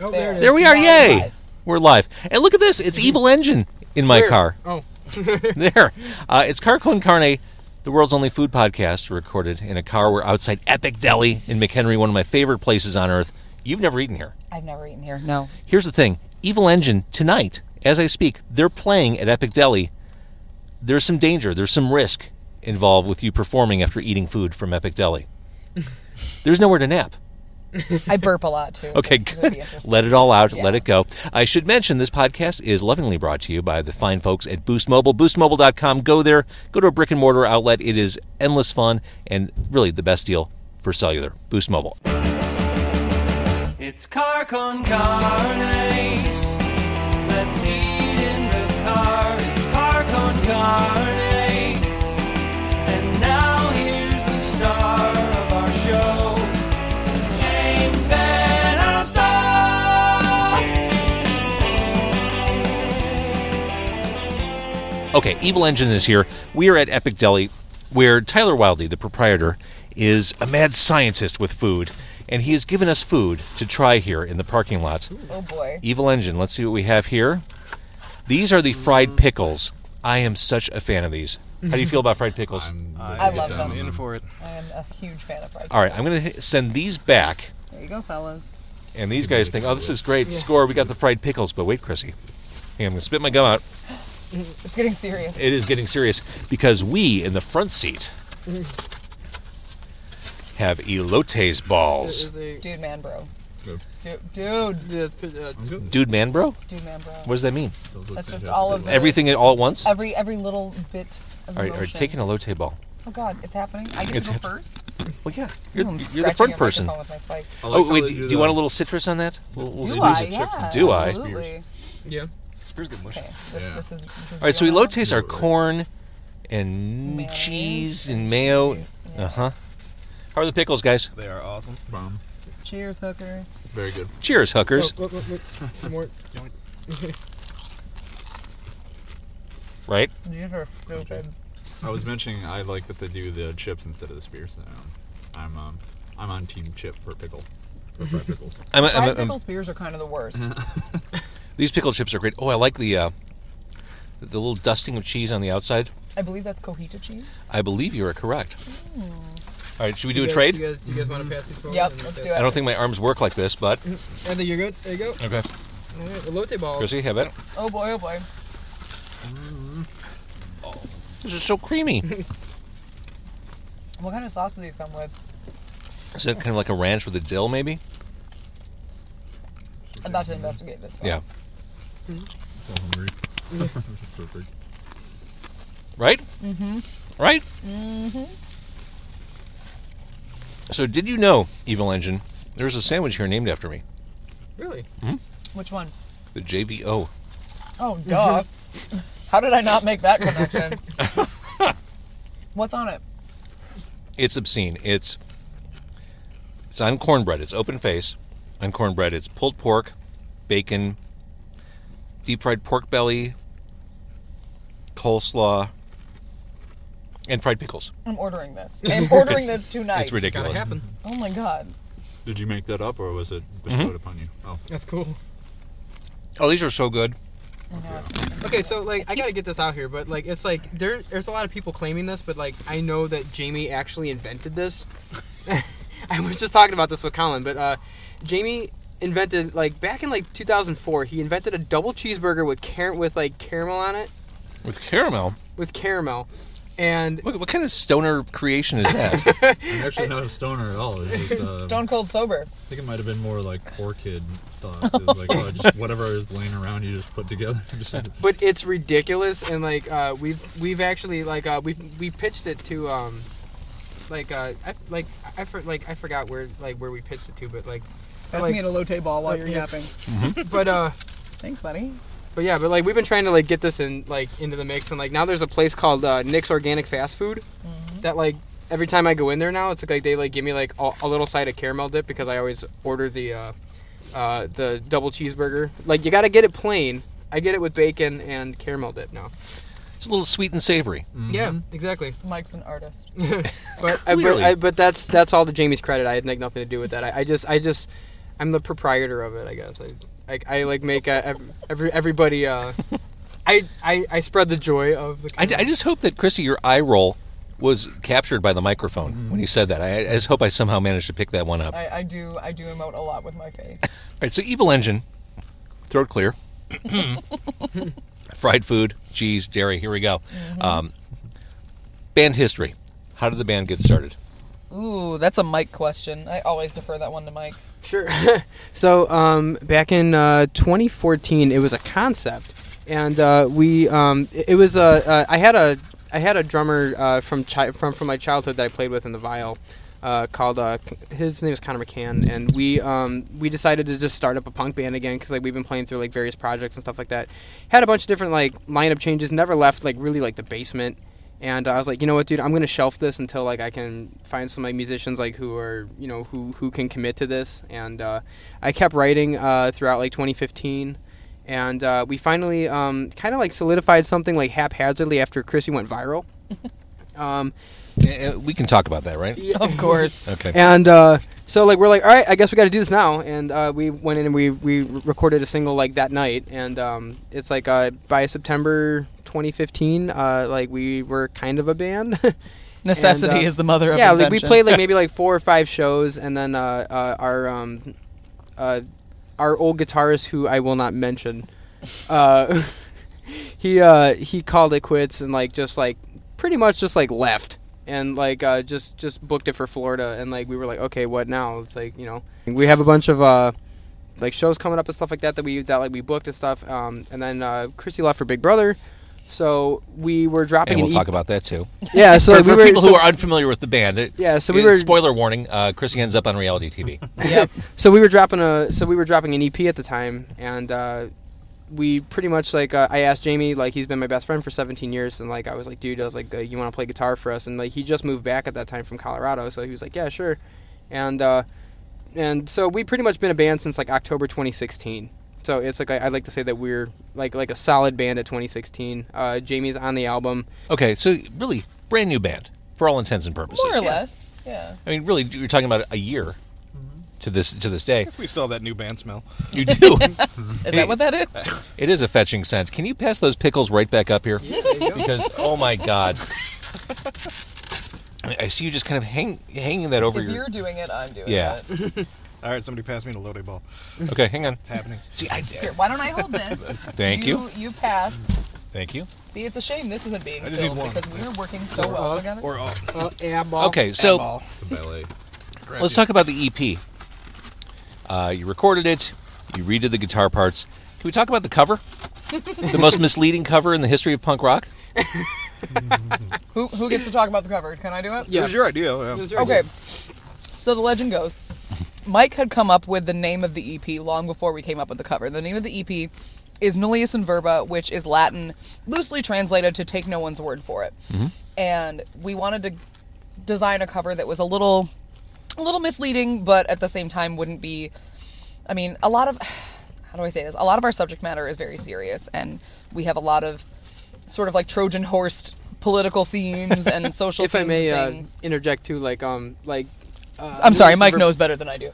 Oh, there it is. There we are. Now Yay. live. We're live. And look at this. It's Evil Engine in my Where? car. Oh, There. Uh, it's Carco and Carne, the world's only food podcast recorded in a car. We're outside Epic Deli in McHenry, one of my favorite places on earth. You've never eaten here. I've never eaten here. No. Here's the thing Evil Engine, tonight, as I speak, they're playing at Epic Deli. There's some danger, there's some risk involved with you performing after eating food from Epic Deli. There's nowhere to nap. I burp a lot too. so Okay, this is gonna be good. interesting. Let it all out. Yeah. Let it go. I should mention this podcast is lovingly brought to you by the fine folks at Boost Mobile. BoostMobile.com. Go there. Go to a brick and mortar outlet. It is endless fun and really the best deal for cellular. Boost Mobile. It's car con carne. Let's eat in the car. It's car con carne. And now here's the star of our show, James Van Alstine. Okay, Evil Engine is here. We are at Epic Deli, where Tyler Wildey, the proprietor, is a mad scientist with food, and he has given us food to try here in the parking lot. Oh boy. Evil Engine. Let's see what we have here. These are the fried pickles. I am such a fan of these. How do you feel about fried pickles? I love them. I'm in for it. I am a huge fan of fried. All right, I'm going to send these back, There you go, fellas. and these guys think, oh, this is great. Score, we got the fried pickles. But wait, Chrissy. Hey, I'm going to spit my gum out. It's getting serious. It is getting serious because we in the front seat have elotes balls. Dude, man, bro. Good. Dude, dude, uh, Dude, man, bro? dude, man, bro. What does that mean? That's just all of the, Everything all at once? All Every every little bit. Of right, all right emotion. take an elote ball. Oh God, it's happening. I get It's to go hap- first. Well, yeah, you're, Ooh, I'm you're the scratching front your person. microphone With my spikes. Oh, wait, do, you want a little citrus on that? Little- little Do citrus? I? Yeah. Do I? Absolutely. Yeah. Okay. This, Yeah. this is. This is All right, so real now. elotes are corn and Mayonnaise cheese and and mayo. cheese, yeah. Uh huh. How are the pickles, guys? They are awesome. Cheers, hookers. Very good. Cheers, Oh, hookers. Look, look, look. Some more. Right? These are stupid. I was mentioning I like that they do the chips instead of the spear, so I'm um, I'm on team chip for pickle. For fried pickles. I'm, I'm- Fried I'm- pickles beers are kind of the worst. these pickle chips are great. Oh, I like the uh, the little dusting of cheese on the outside. I believe that's cojita cheese. I believe you are correct. Hmm. All right, should we do a trade? You guys, you guys want to pass these forward? Yep, And let's that's do it. I don't think my arms work like this, but Mm-hmm. And then you're good. There you go. okay. All right, elote balls. Chrissy, have it. Oh boy, oh boy. This is so creamy. What kind of sauce do these come with? Is that kind of like a ranch with a dill, maybe? I'm about to investigate this sauce. Yeah. So hungry. Perfect. right? Mm-hmm. Right? Mm-hmm. So, did you know, Evil Engine, there's a sandwich here named after me, Really? Which one? the JVO. Oh, duh. How did I not make that connection? What's on it? It's obscene. It's it's on cornbread. It's open face on cornbread. It's pulled pork, bacon, deep fried pork belly, coleslaw, and fried pickles. I'm ordering this. I'm ordering this tonight. It's ridiculous. Gotta happen. Oh my god. Did you make that up, or was it bestowed Mm-hmm. upon you? Oh, That's cool. Oh, these are so good. I know. Okay, so like I gotta get this out here, but like it's like there there's a lot of people claiming this, but like I know that Jamie actually invented this. I was just talking about this with Colin, but uh, Jamie invented like back in like 2004, he invented a double cheeseburger with car- with like caramel on it, With caramel. with caramel, and What, what kind of stoner creation is that? I'm actually not a stoner at all. It's just, uh, Stone cold sober. I think it might have been more like poor kid thought. It was like oh, just whatever is laying around, you just put together. Just, but it's ridiculous and like uh, we've we've actually like uh, we we pitched it to um like uh I, like I for, like I forgot where like where we pitched it to but like Pass like- me a lotte ball while you're Yeah. yapping. but uh Thanks, buddy. but yeah but like we've been trying to like get this in like into the mix and like now there's a place called uh, Nick's Organic Fast Food that like every time I go in there now it's like they like give me like a, a little side of caramel dip because I always order the uh, uh, the double cheeseburger like you got to get it plain I get it with bacon and caramel dip now it's a little sweet and savory. yeah exactly Mike's an artist. But I, but, Clearly. I, but that's that's all to Jamie's credit. I had like nothing to do with that. I, I just I just I'm the proprietor of it, I guess. I, I, I like make uh ev- every everybody. Uh, I, I I spread the joy of the. I, I just hope that Chrissy, your eye roll was captured by the microphone when you said that. I, I just hope I somehow managed to pick that one up. I, I do I do emote a lot with my face. All right, so Evil Engine, throat clear, fried food, cheese, dairy. Here we go. Um, band history. How did the band get started? Ooh, that's a Mike question. I always defer that one to Mike. Sure. so um, back in uh, 2014, it was a concept, and uh, we um, it, it was a uh, I had a I had a drummer uh, from chi- from from my childhood that I played with in the viol. Uh, called uh, C- his name is Connor McCann, and we um, we decided to just start up a punk band again because like we've been playing through like various projects and stuff like that. Had a bunch of different like lineup changes, never left like really like the basement, and I was like, you know what, dude, I'm gonna shelf this until like I can find some like musicians like who are you know who who can commit to this. And uh, I kept writing uh, throughout like 2015, and uh, we finally um, kind of like solidified something like haphazardly after Chrissy went viral. um, Eh, eh, We can talk about that, right? Of course. Okay. and uh, so like we're like, all right, I guess we got to do this now. And uh, we went in and we we recorded a single like that night. And um, it's like uh, by September 2015, uh, like we were kind of a band. Necessity And, uh, is the mother of yeah, like, invention. we played like maybe like four or five shows, and then uh, uh, our um, uh, our old guitarist, who I will not mention, uh, he uh, he called it quits and like just like pretty much just like left and like uh, just just booked it for Florida, and like we were like, okay, what now? It's like you know we have a bunch of. Uh, like shows coming up and stuff like that that we that like we booked and stuff, um, and then uh, Christy left for Big Brother, so we were dropping. And we'll an talk E- about that too. yeah. So For, like, we for were, people so- who are unfamiliar with the band, it- Yeah, so we eh, were- Spoiler warning: uh, Chrissy ends up on reality TV. Yep. so we were dropping a so we were dropping an EP at the time, and uh, we pretty much like uh, I asked Jamie like he's been my best friend for 17 years, and like I was like, dude, I was like, uh, you want to play guitar for us? And like he just moved back at that time from Colorado, so he was like, yeah, sure, and uh, and so we pretty much been a band since like October 2016. So it's like I, I'd like to say that we're like like a solid band at 2016. Uh, Jamie's on the album. Okay, so really brand new band for all intents and purposes. More or less. Yeah. I mean, really, you're talking about a year to this to this day. We still have that new band smell. You do. Is that what that is? it is a fetching scent. Can you pass those pickles right back up here? because oh my god, I I see you just kind of hang, hanging that over if your. you're doing it, I'm doing Yeah. it. All right, somebody pass me the loaded ball. Okay, hang on. It's happening. See, I did. Here, why don't I hold this? Thank you. You pass. Thank you. See, it's a shame this isn't being I just need filmed one. because we were working so well together. Or all. Uh, yeah, ball. Okay, so ball. It's a ballet. let's talk about the EP. Uh, you recorded it. You redid the guitar parts. Can we talk about the cover? the most misleading cover in the history of punk rock. Who who gets to talk about the cover? Can I do it? It was your idea. yeah. Okay. So the legend goes Mike had come up with the name of the EP long before we came up with the cover. The name of the EP is Nullius in Verba, which is Latin, loosely translated to take no one's word for it. And we wanted to design a cover that was a little a little misleading, but at the same time wouldn't be I mean, a lot of how do I say this? A lot of our subject matter is very serious and we have a lot of sort of like Trojan horsed political themes and social If themes I may and uh, things. interject too, like um like. Uh, I'm sorry, Newlease Mike Verb- knows better than I do.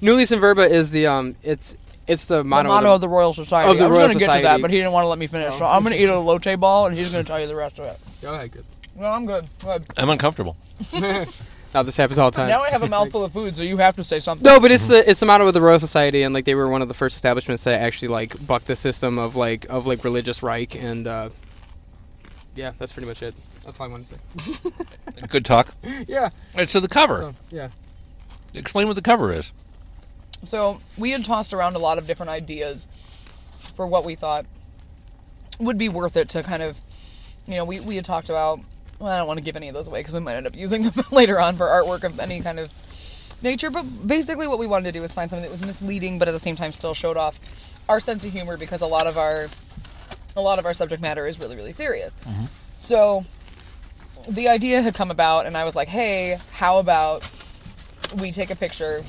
New Lease in Verba is the um, it's it's the The motto. motto of the Royal Society. of the I was Royal gonna get to that, Society. but he didn't want to let me finish. So I'm gonna eat a lotte ball, and he's gonna tell you the rest of it. Go ahead, Chris. No, I'm good. Good. I'm uncomfortable. No, this happens all the time. Now I have a mouthful of food, so you have to say something. No, but it's the it's the motto of the Royal Society, and like they were one of the first establishments that actually like bucked the system of like of like religious Reich, and uh, yeah, that's pretty much it. That's all I wanted to say. Good talk. Yeah. All right, so the cover. So, yeah. Explain what the cover is. So we had tossed around a lot of different ideas for what we thought would be worth it to kind of, you know, we, we had talked about, well, I don't want to give any of those away because we might end up using them later on for artwork of any kind of nature. But basically, what we wanted to do was find something that was misleading, but at the same time still showed off our sense of humor because a lot of our a lot of our subject matter is really really serious. So the idea had come about, and I was like, hey, how about we take a picture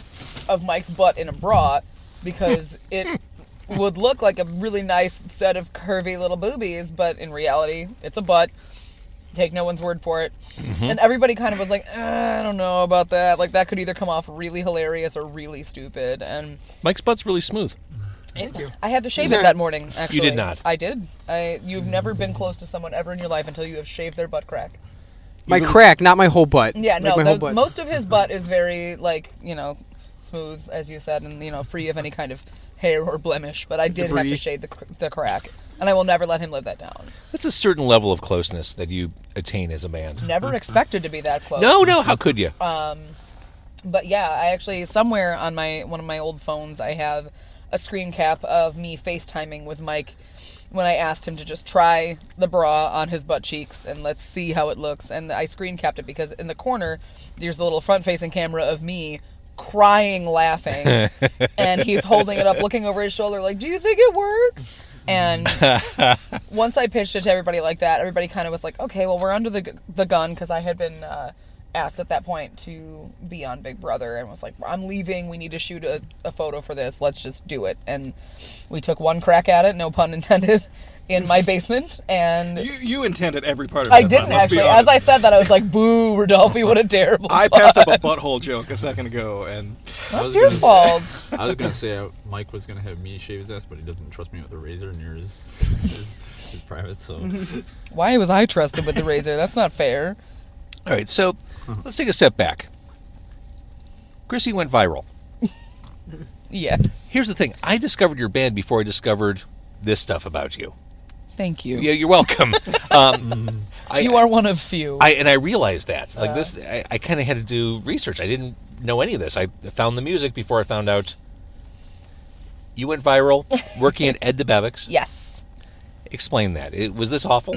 of Mike's butt in a bra because it would look like a really nice set of curvy little boobies, but in reality, it's a butt. take no one's word for it. Mm-hmm. And everybody kind of was like, "Uh, I don't know about that. Like that could either come off really hilarious or really stupid. And Mike's butt's really smooth. it- I had to shave it that morning. Actually, did not. I did. I you've never been close to someone ever in your life until you have shaved their butt crack. My crack, not my whole butt. Yeah, Like, no, my whole those- butt. most of his butt is very like you know smooth, as you said, and you know free of any kind of hair or blemish. But I did have to Debris. shade the cr- the crack, and I will never let him live that down. That's a certain level of closeness that you attain as a man. Never expected to be that close. No, no, how could you? Uh, But yeah, I actually somewhere on my one of my old phones, I have a screen cap of me FaceTiming with Mike when I asked him to just try the bra on his butt cheeks and let's see how it looks. And I screen capped it because in the corner there's a little front facing camera of me crying laughing and he's holding it up looking over his shoulder like do you think it works and once I pitched it to everybody like that, everybody kind of was like, okay, well, we're under the, gu- the gun because I had been uh, asked at that point to be on Big Brother and was like, I'm leaving. We need to shoot a, a photo for this. Let's just do it. And we took one crack at it, no pun intended, in my basement. And You you intended every part of it. I didn't actually. As I said that, I was like, boo, Rodolphe, what a terrible. I passed up a butthole joke a second ago, and That's your fault. I was gonna say uh, Mike was gonna have me shave his ass, but he doesn't trust me with a razor near his his, his private. So Why was I trusted with the razor? That's not fair. All right, so let's take a step back. Chrissy went viral. Yes. Here's the thing I discovered your band before I discovered this stuff about you. Thank you. Yeah, you're welcome. um, I, You are Uh. one of few. I, and I realized that. Like this, I, I kind of had to do research. I didn't know any of this. I found the music before I found out you went viral working at Ed the Babbicks. yes. Explain that. It, was this awful?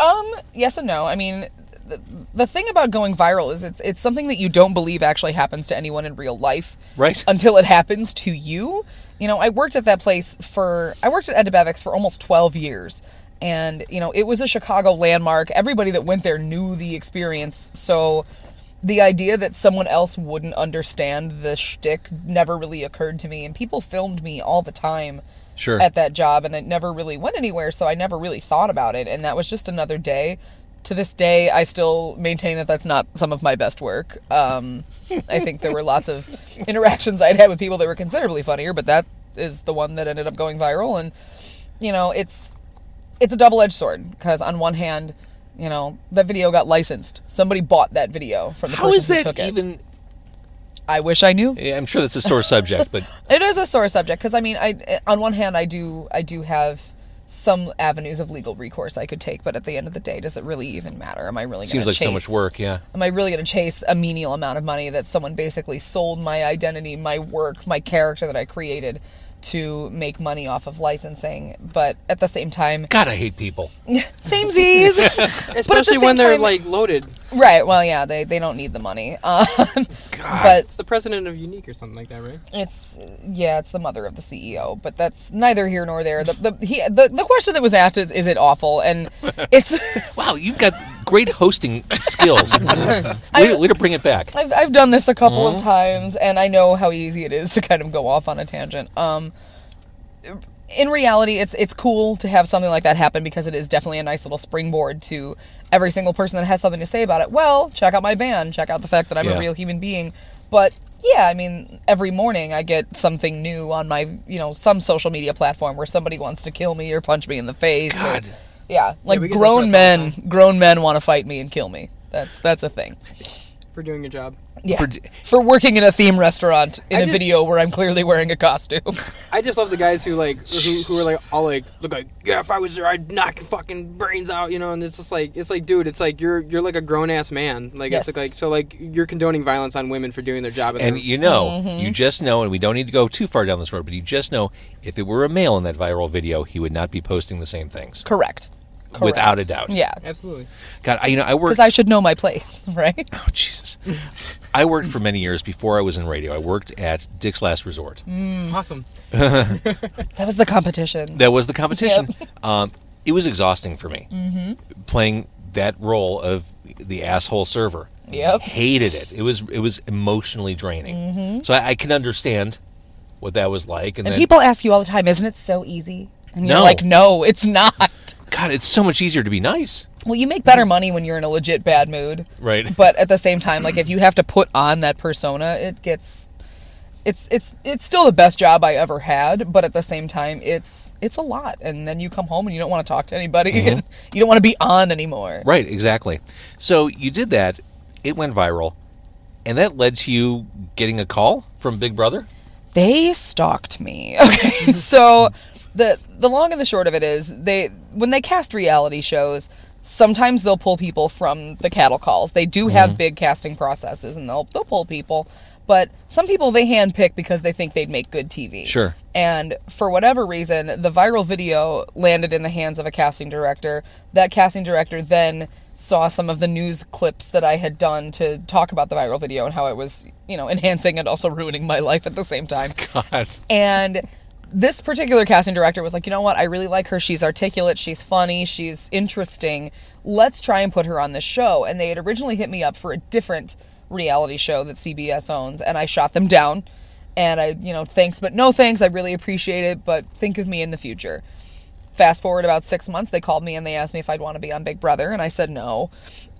Um, yes and no. I mean, the, the thing about going viral is it's it's something that you don't believe actually happens to anyone in real life, Right. Until it happens to you. You know, I worked at that place for I worked at Edabavix for almost twelve years, and you know it was a Chicago landmark. Everybody that went there knew the experience, so. The idea that someone else wouldn't understand the shtick never really occurred to me, and people filmed me all the time Sure. at that job and it never really went anywhere so i never really thought about it and that was just another day to this day i still maintain that that's not some of my best work um, i think there were lots of interactions i'd had with people that were considerably funnier but that is the one that ended up going viral and you know it's it's a double-edged sword because on one hand you know that video got licensed somebody bought that video from the How person is who that took it even? i wish i knew Yeah, I'm sure that's a sore subject, but it is a sore subject because I mean, I on one hand, I do I do have some avenues of legal recourse I could take, but at the end of the day, does it really even matter? Am I really it seems gonna like so much chase- work. Yeah. Am I really going to chase a menial amount of money that someone basically sold my identity, my work, my character that I created to make money off of licensing? But at the same time, God, I hate people. same Z's. especially same when they're time- like loaded. right. Well, yeah, they, they don't need the money. Um, But It's the president of Unique or something like that, right? It's yeah, it's the mother of the CEO, but that's neither here nor there. The the he, the, the question that was asked is is it awful? And it's Wow, you've got great hosting skills. way, to- way to bring it back. I've I've done this a couple Mm-hmm. of times and I know how easy it is to kind of go off on a tangent. Um in reality, it's it's cool to have something like that happen because it is definitely a nice little springboard to every single person that has something to say about it. Well, check out my band, check out the fact that I'm Yeah. a real human being. But yeah, I mean, every morning I get something new on my, you know, some social media platform where somebody wants to kill me or punch me in the face. or- God. yeah, like we get grown that all the men, grown men want to fight me and kill me. That's that's a thing. For doing your job. Yeah. For For, d- working in a theme restaurant in I a did- video where I'm clearly wearing a costume. I just love the guys who like who, who are like all like look like yeah if I was there I'd knock your fucking brains out you know and it's just like it's like dude it's like you're you're like a grown ass man like Yes. it's like so like you're condoning violence on women for doing their job and, And you know, Mm-hmm. you just know, and we don't need to go too far down this road, but you just know if it were a male in that viral video, he would not be posting the same things. Correct. Without a doubt. Yeah. absolutely God, I, you know, I worked. Because I should know my place, right? oh, Jesus. I worked for many years before I was in radio. I worked at Dick's Last Resort. awesome That was the competition. That was the competition. Um, it was exhausting for me playing that role of the asshole server. Yep. hated it. It was it was emotionally draining. So I, I can understand what that was like. And, and then people ask you all the time, isn't it so easy? And you're No. like, no, it's not. God, God, it's so much easier to be nice. Well, you make better money when you're in a legit bad mood. Right. But at the same time, like if you have to put on that persona, it gets it's it's it's still the best job I ever had, but at the same time, it's it's a lot. And then you come home and you don't want to talk to anybody. Mm-hmm. And you don't want to be on anymore. Right, exactly. So you did that, it went viral, and that led to you getting a call from Big Brother. they stalked me. Okay, so the the long and the short of it is they when they cast reality shows, sometimes they'll pull people from the cattle calls. They do have big casting processes, and they'll they'll pull people. But some people they handpick because they think they'd make good TV. Sure. And for whatever reason, the viral video landed in the hands of a casting director. That casting director then saw some of the news clips that I had done to talk about the viral video and how it was, you know, enhancing and also ruining my life at the same time. God. And this particular casting director was like, you know what? I really like her. She's articulate. She's funny. She's interesting. Let's try and put her on this show. And they had originally hit me up for a different reality show that CBS owns, and I shot them down. And I, you know, thanks, but no thanks. I really appreciate it, but think of me in the future. Fast forward about six months, they called me and they asked me if I'd want to be on Big Brother, and I said no.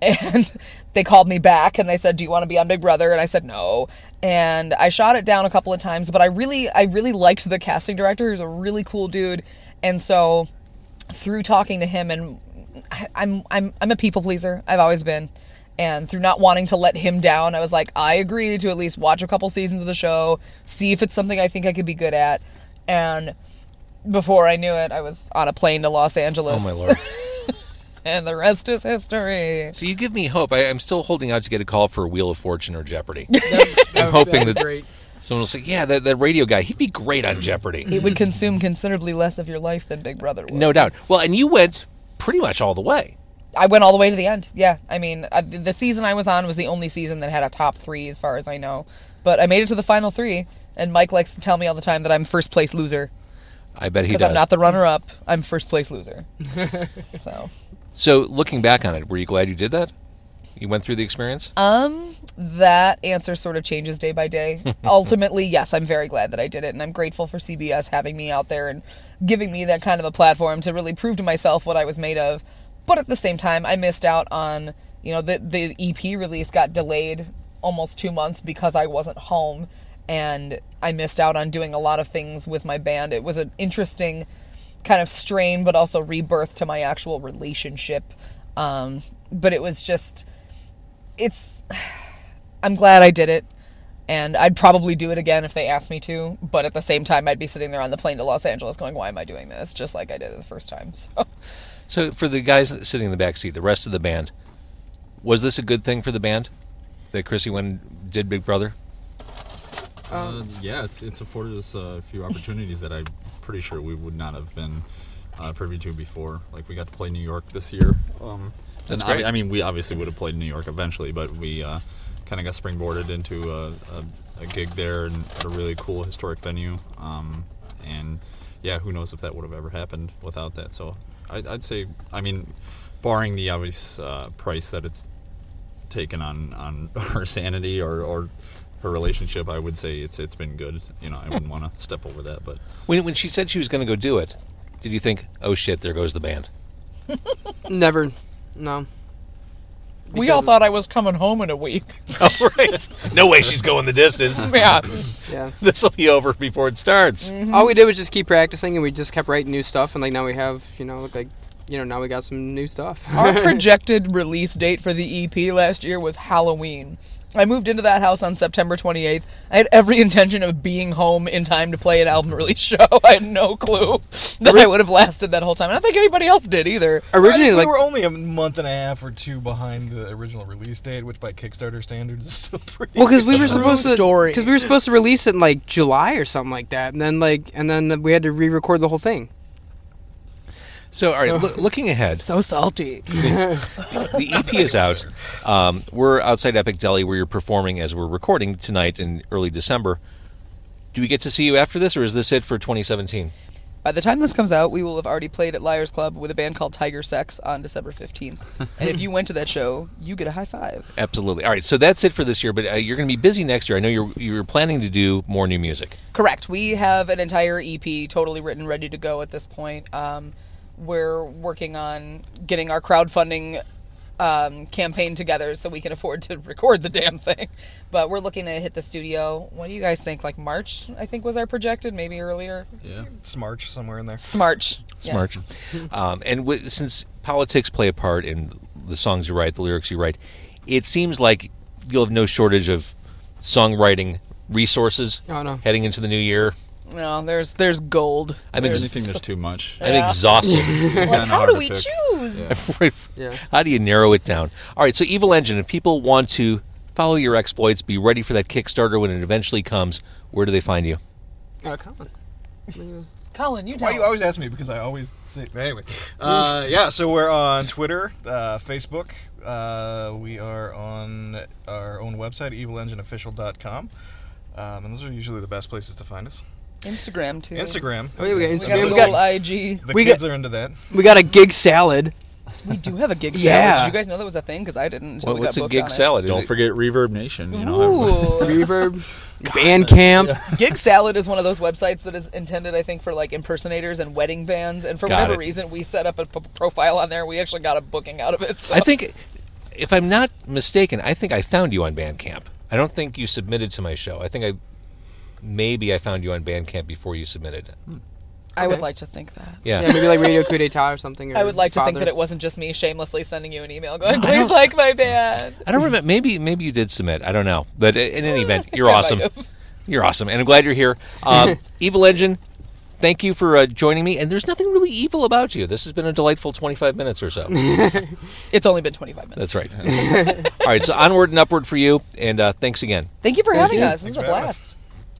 And they called me back and they said, "Do you want to be on Big Brother?" And I said no. And I shot it down a couple of times, but I really, I really liked the casting director, who's a really cool dude, and so through talking to him and I- I'm I'm I'm a people pleaser. I've always been. And through not wanting to let him down, I was like, I agree to at least watch a couple seasons of the show, see if it's something I think I could be good at. And before I knew it, I was on a plane to Los Angeles. Oh my lord. and the rest is history. So you give me hope. I, I'm still holding out to get a call for Wheel of Fortune or Jeopardy. I'm hoping that Great. someone will say, "Yeah, that, that radio guy, he'd be great on Jeopardy." It would consume considerably less of your life than Big Brother would. no doubt. Well, and you went pretty much all the way. I went all the way to the end. Yeah, I mean, I, the season I was on was the only season that had a top three, as far as I know. But I made it to the final three, and Mike likes to tell me all the time that I'm first place loser I bet he does. because I'm not the runner up. I'm first place loser. so so looking back on it, were you glad you did that? You went through the experience. Uh, Um, that answer sort of changes day by day. Ultimately, yes, I'm very glad that I did it, and I'm grateful for CBS having me out there and giving me that kind of a platform to really prove to myself what I was made of. But at the same time, I missed out on you know the the EP release got delayed almost two months because I wasn't home, and I missed out on doing a lot of things with my band. It was an interesting kind of strain, but also rebirth to my actual relationship. Um, but it was just it's I'm glad I did it. And I'd probably do it again if they asked me to, but at the same time, I'd be sitting there on the plane to Los Angeles going, "Why am I doing this?" Just like I did it the first time. So so for the guys sitting in the back seat, the rest of the band, was this a good thing for the band that Chrissy went and did Big Brother? Uh, yeah, it's it's afforded us a few opportunities that I'm pretty sure we would not have been uh, privy to before. Like we got to play New York this year. Um, and I- great. I, mean, we obviously would have played New York eventually, but we uh, kind of got springboarded into a, a, a gig there and at a really cool historic venue. Um, and yeah, who knows if that would have ever happened without that? So I, I'd say, I mean, barring the obvious uh, price that it's taken on on her sanity or, or her relationship, I would say it's it's been good. You know, I wouldn't want to step over that, but When, when she said she was going to go do it, did you think, oh shit, there goes the band? Never. No. we all thought I was coming home in a week. Oh, right. no way she's going the distance. yeah, Yeah. This will be over before it starts. Mm-hmm. All we did was just keep practicing, and we just kept writing new stuff, and like now we have, you know, like, you know, now we got some new stuff. our projected release date for the EP last year was Halloween. I moved into that house on September 28th. I had every intention of being home in time to play an album release show. I had no clue that I would have lasted that whole time. I don't think anybody else did either. Originally, we like, were only a month and a half or two behind the original release date, which by Kickstarter standards is still pretty. well, because we were True supposed to, story. because we were supposed to release it in like July or something like that, and then like, and then we had to re-record the whole thing. So, all right, loo- looking ahead, So salty. the EP is out. Um, we're outside Epic Deli where you're performing as we're recording tonight in early December. Do we get to see you after this, or is this it for 2017? By the time this comes out, we will have already played at Liars Club with a band called Tiger Sex on December 15th. and if you went to that show, you get a high five. Absolutely. All right, so that's it for this year, but uh, you're going to be busy next year. I know you're, you're planning to do more new music. E Correct. We have an entire EP totally written, ready to go at this point. Um, we're working on getting our crowdfunding um, campaign together so we can afford to record the damn thing. But we're looking to hit the studio. What do you guys think? Like March, I think was our projected, maybe earlier. Yeah. Smarch somewhere in there. Smarch. Yes. Smart. Um, and w- since politics play a part in the songs you write, the lyrics you write, it seems like you'll have no shortage of songwriting resources Oh, no. heading into the new year. No, there's there's gold. I'm, There's- ex- Anything that's too much. I'm Yeah. exhausted. Like, kinda how hard do to we pick. choose? Right. Yeah. How do you narrow it down? All right, so Evil Engine, if people want to follow your exploits, be ready for that Kickstarter when it eventually comes, where do they find you? Uh, Colin. Colin, you tell. Why you him. always ask me? Because I always say anyway. Uh, yeah, so we're on Twitter, uh, Facebook. Uh, we are on our own website, evilengineofficial.com. Um, and those are usually the best places to find us. Instagram too. Instagram. Oh, yeah, we got We Instagram. got the We got- little IG. The we kids got- are into that. We got a gig salad. We do have a gig Yeah. salad. Did you guys know that was a thing? Because I didn't. Until What- we got what's a booked on gig it. salad? Don't forget Reverb Nation. You know, I- Ooh. Reverb. Bandcamp. gig salad is one of those websites that is intended, I think, for like impersonators and wedding bands. And for Got whatever it. reason, we set up a p- profile on there. We actually got a booking out of it. So. I think, if I'm not mistaken, I think I found you on Bandcamp. I don't think you submitted to my show. I think I maybe I found you on Bandcamp before you submitted. I would Okay. like to think that. Yeah. Yeah, maybe like Radio Coup d'etat or something. Or I would like to think Father. that it wasn't just me shamelessly sending you an email going, "Please like my band." I don't remember. Maybe maybe you did submit. I don't know. But i- in any event, you're I might awesome. have. You're awesome, and I'm glad you're here. Um, evil Engine, thank you for uh, joining me. And there's nothing really evil about you. This has been a delightful 25 minutes or so. It's only been 25 minutes. That's right. All right, so onward and upward for you, and uh, thanks again. Thank you for having us. This Thanks was a for having us. blast.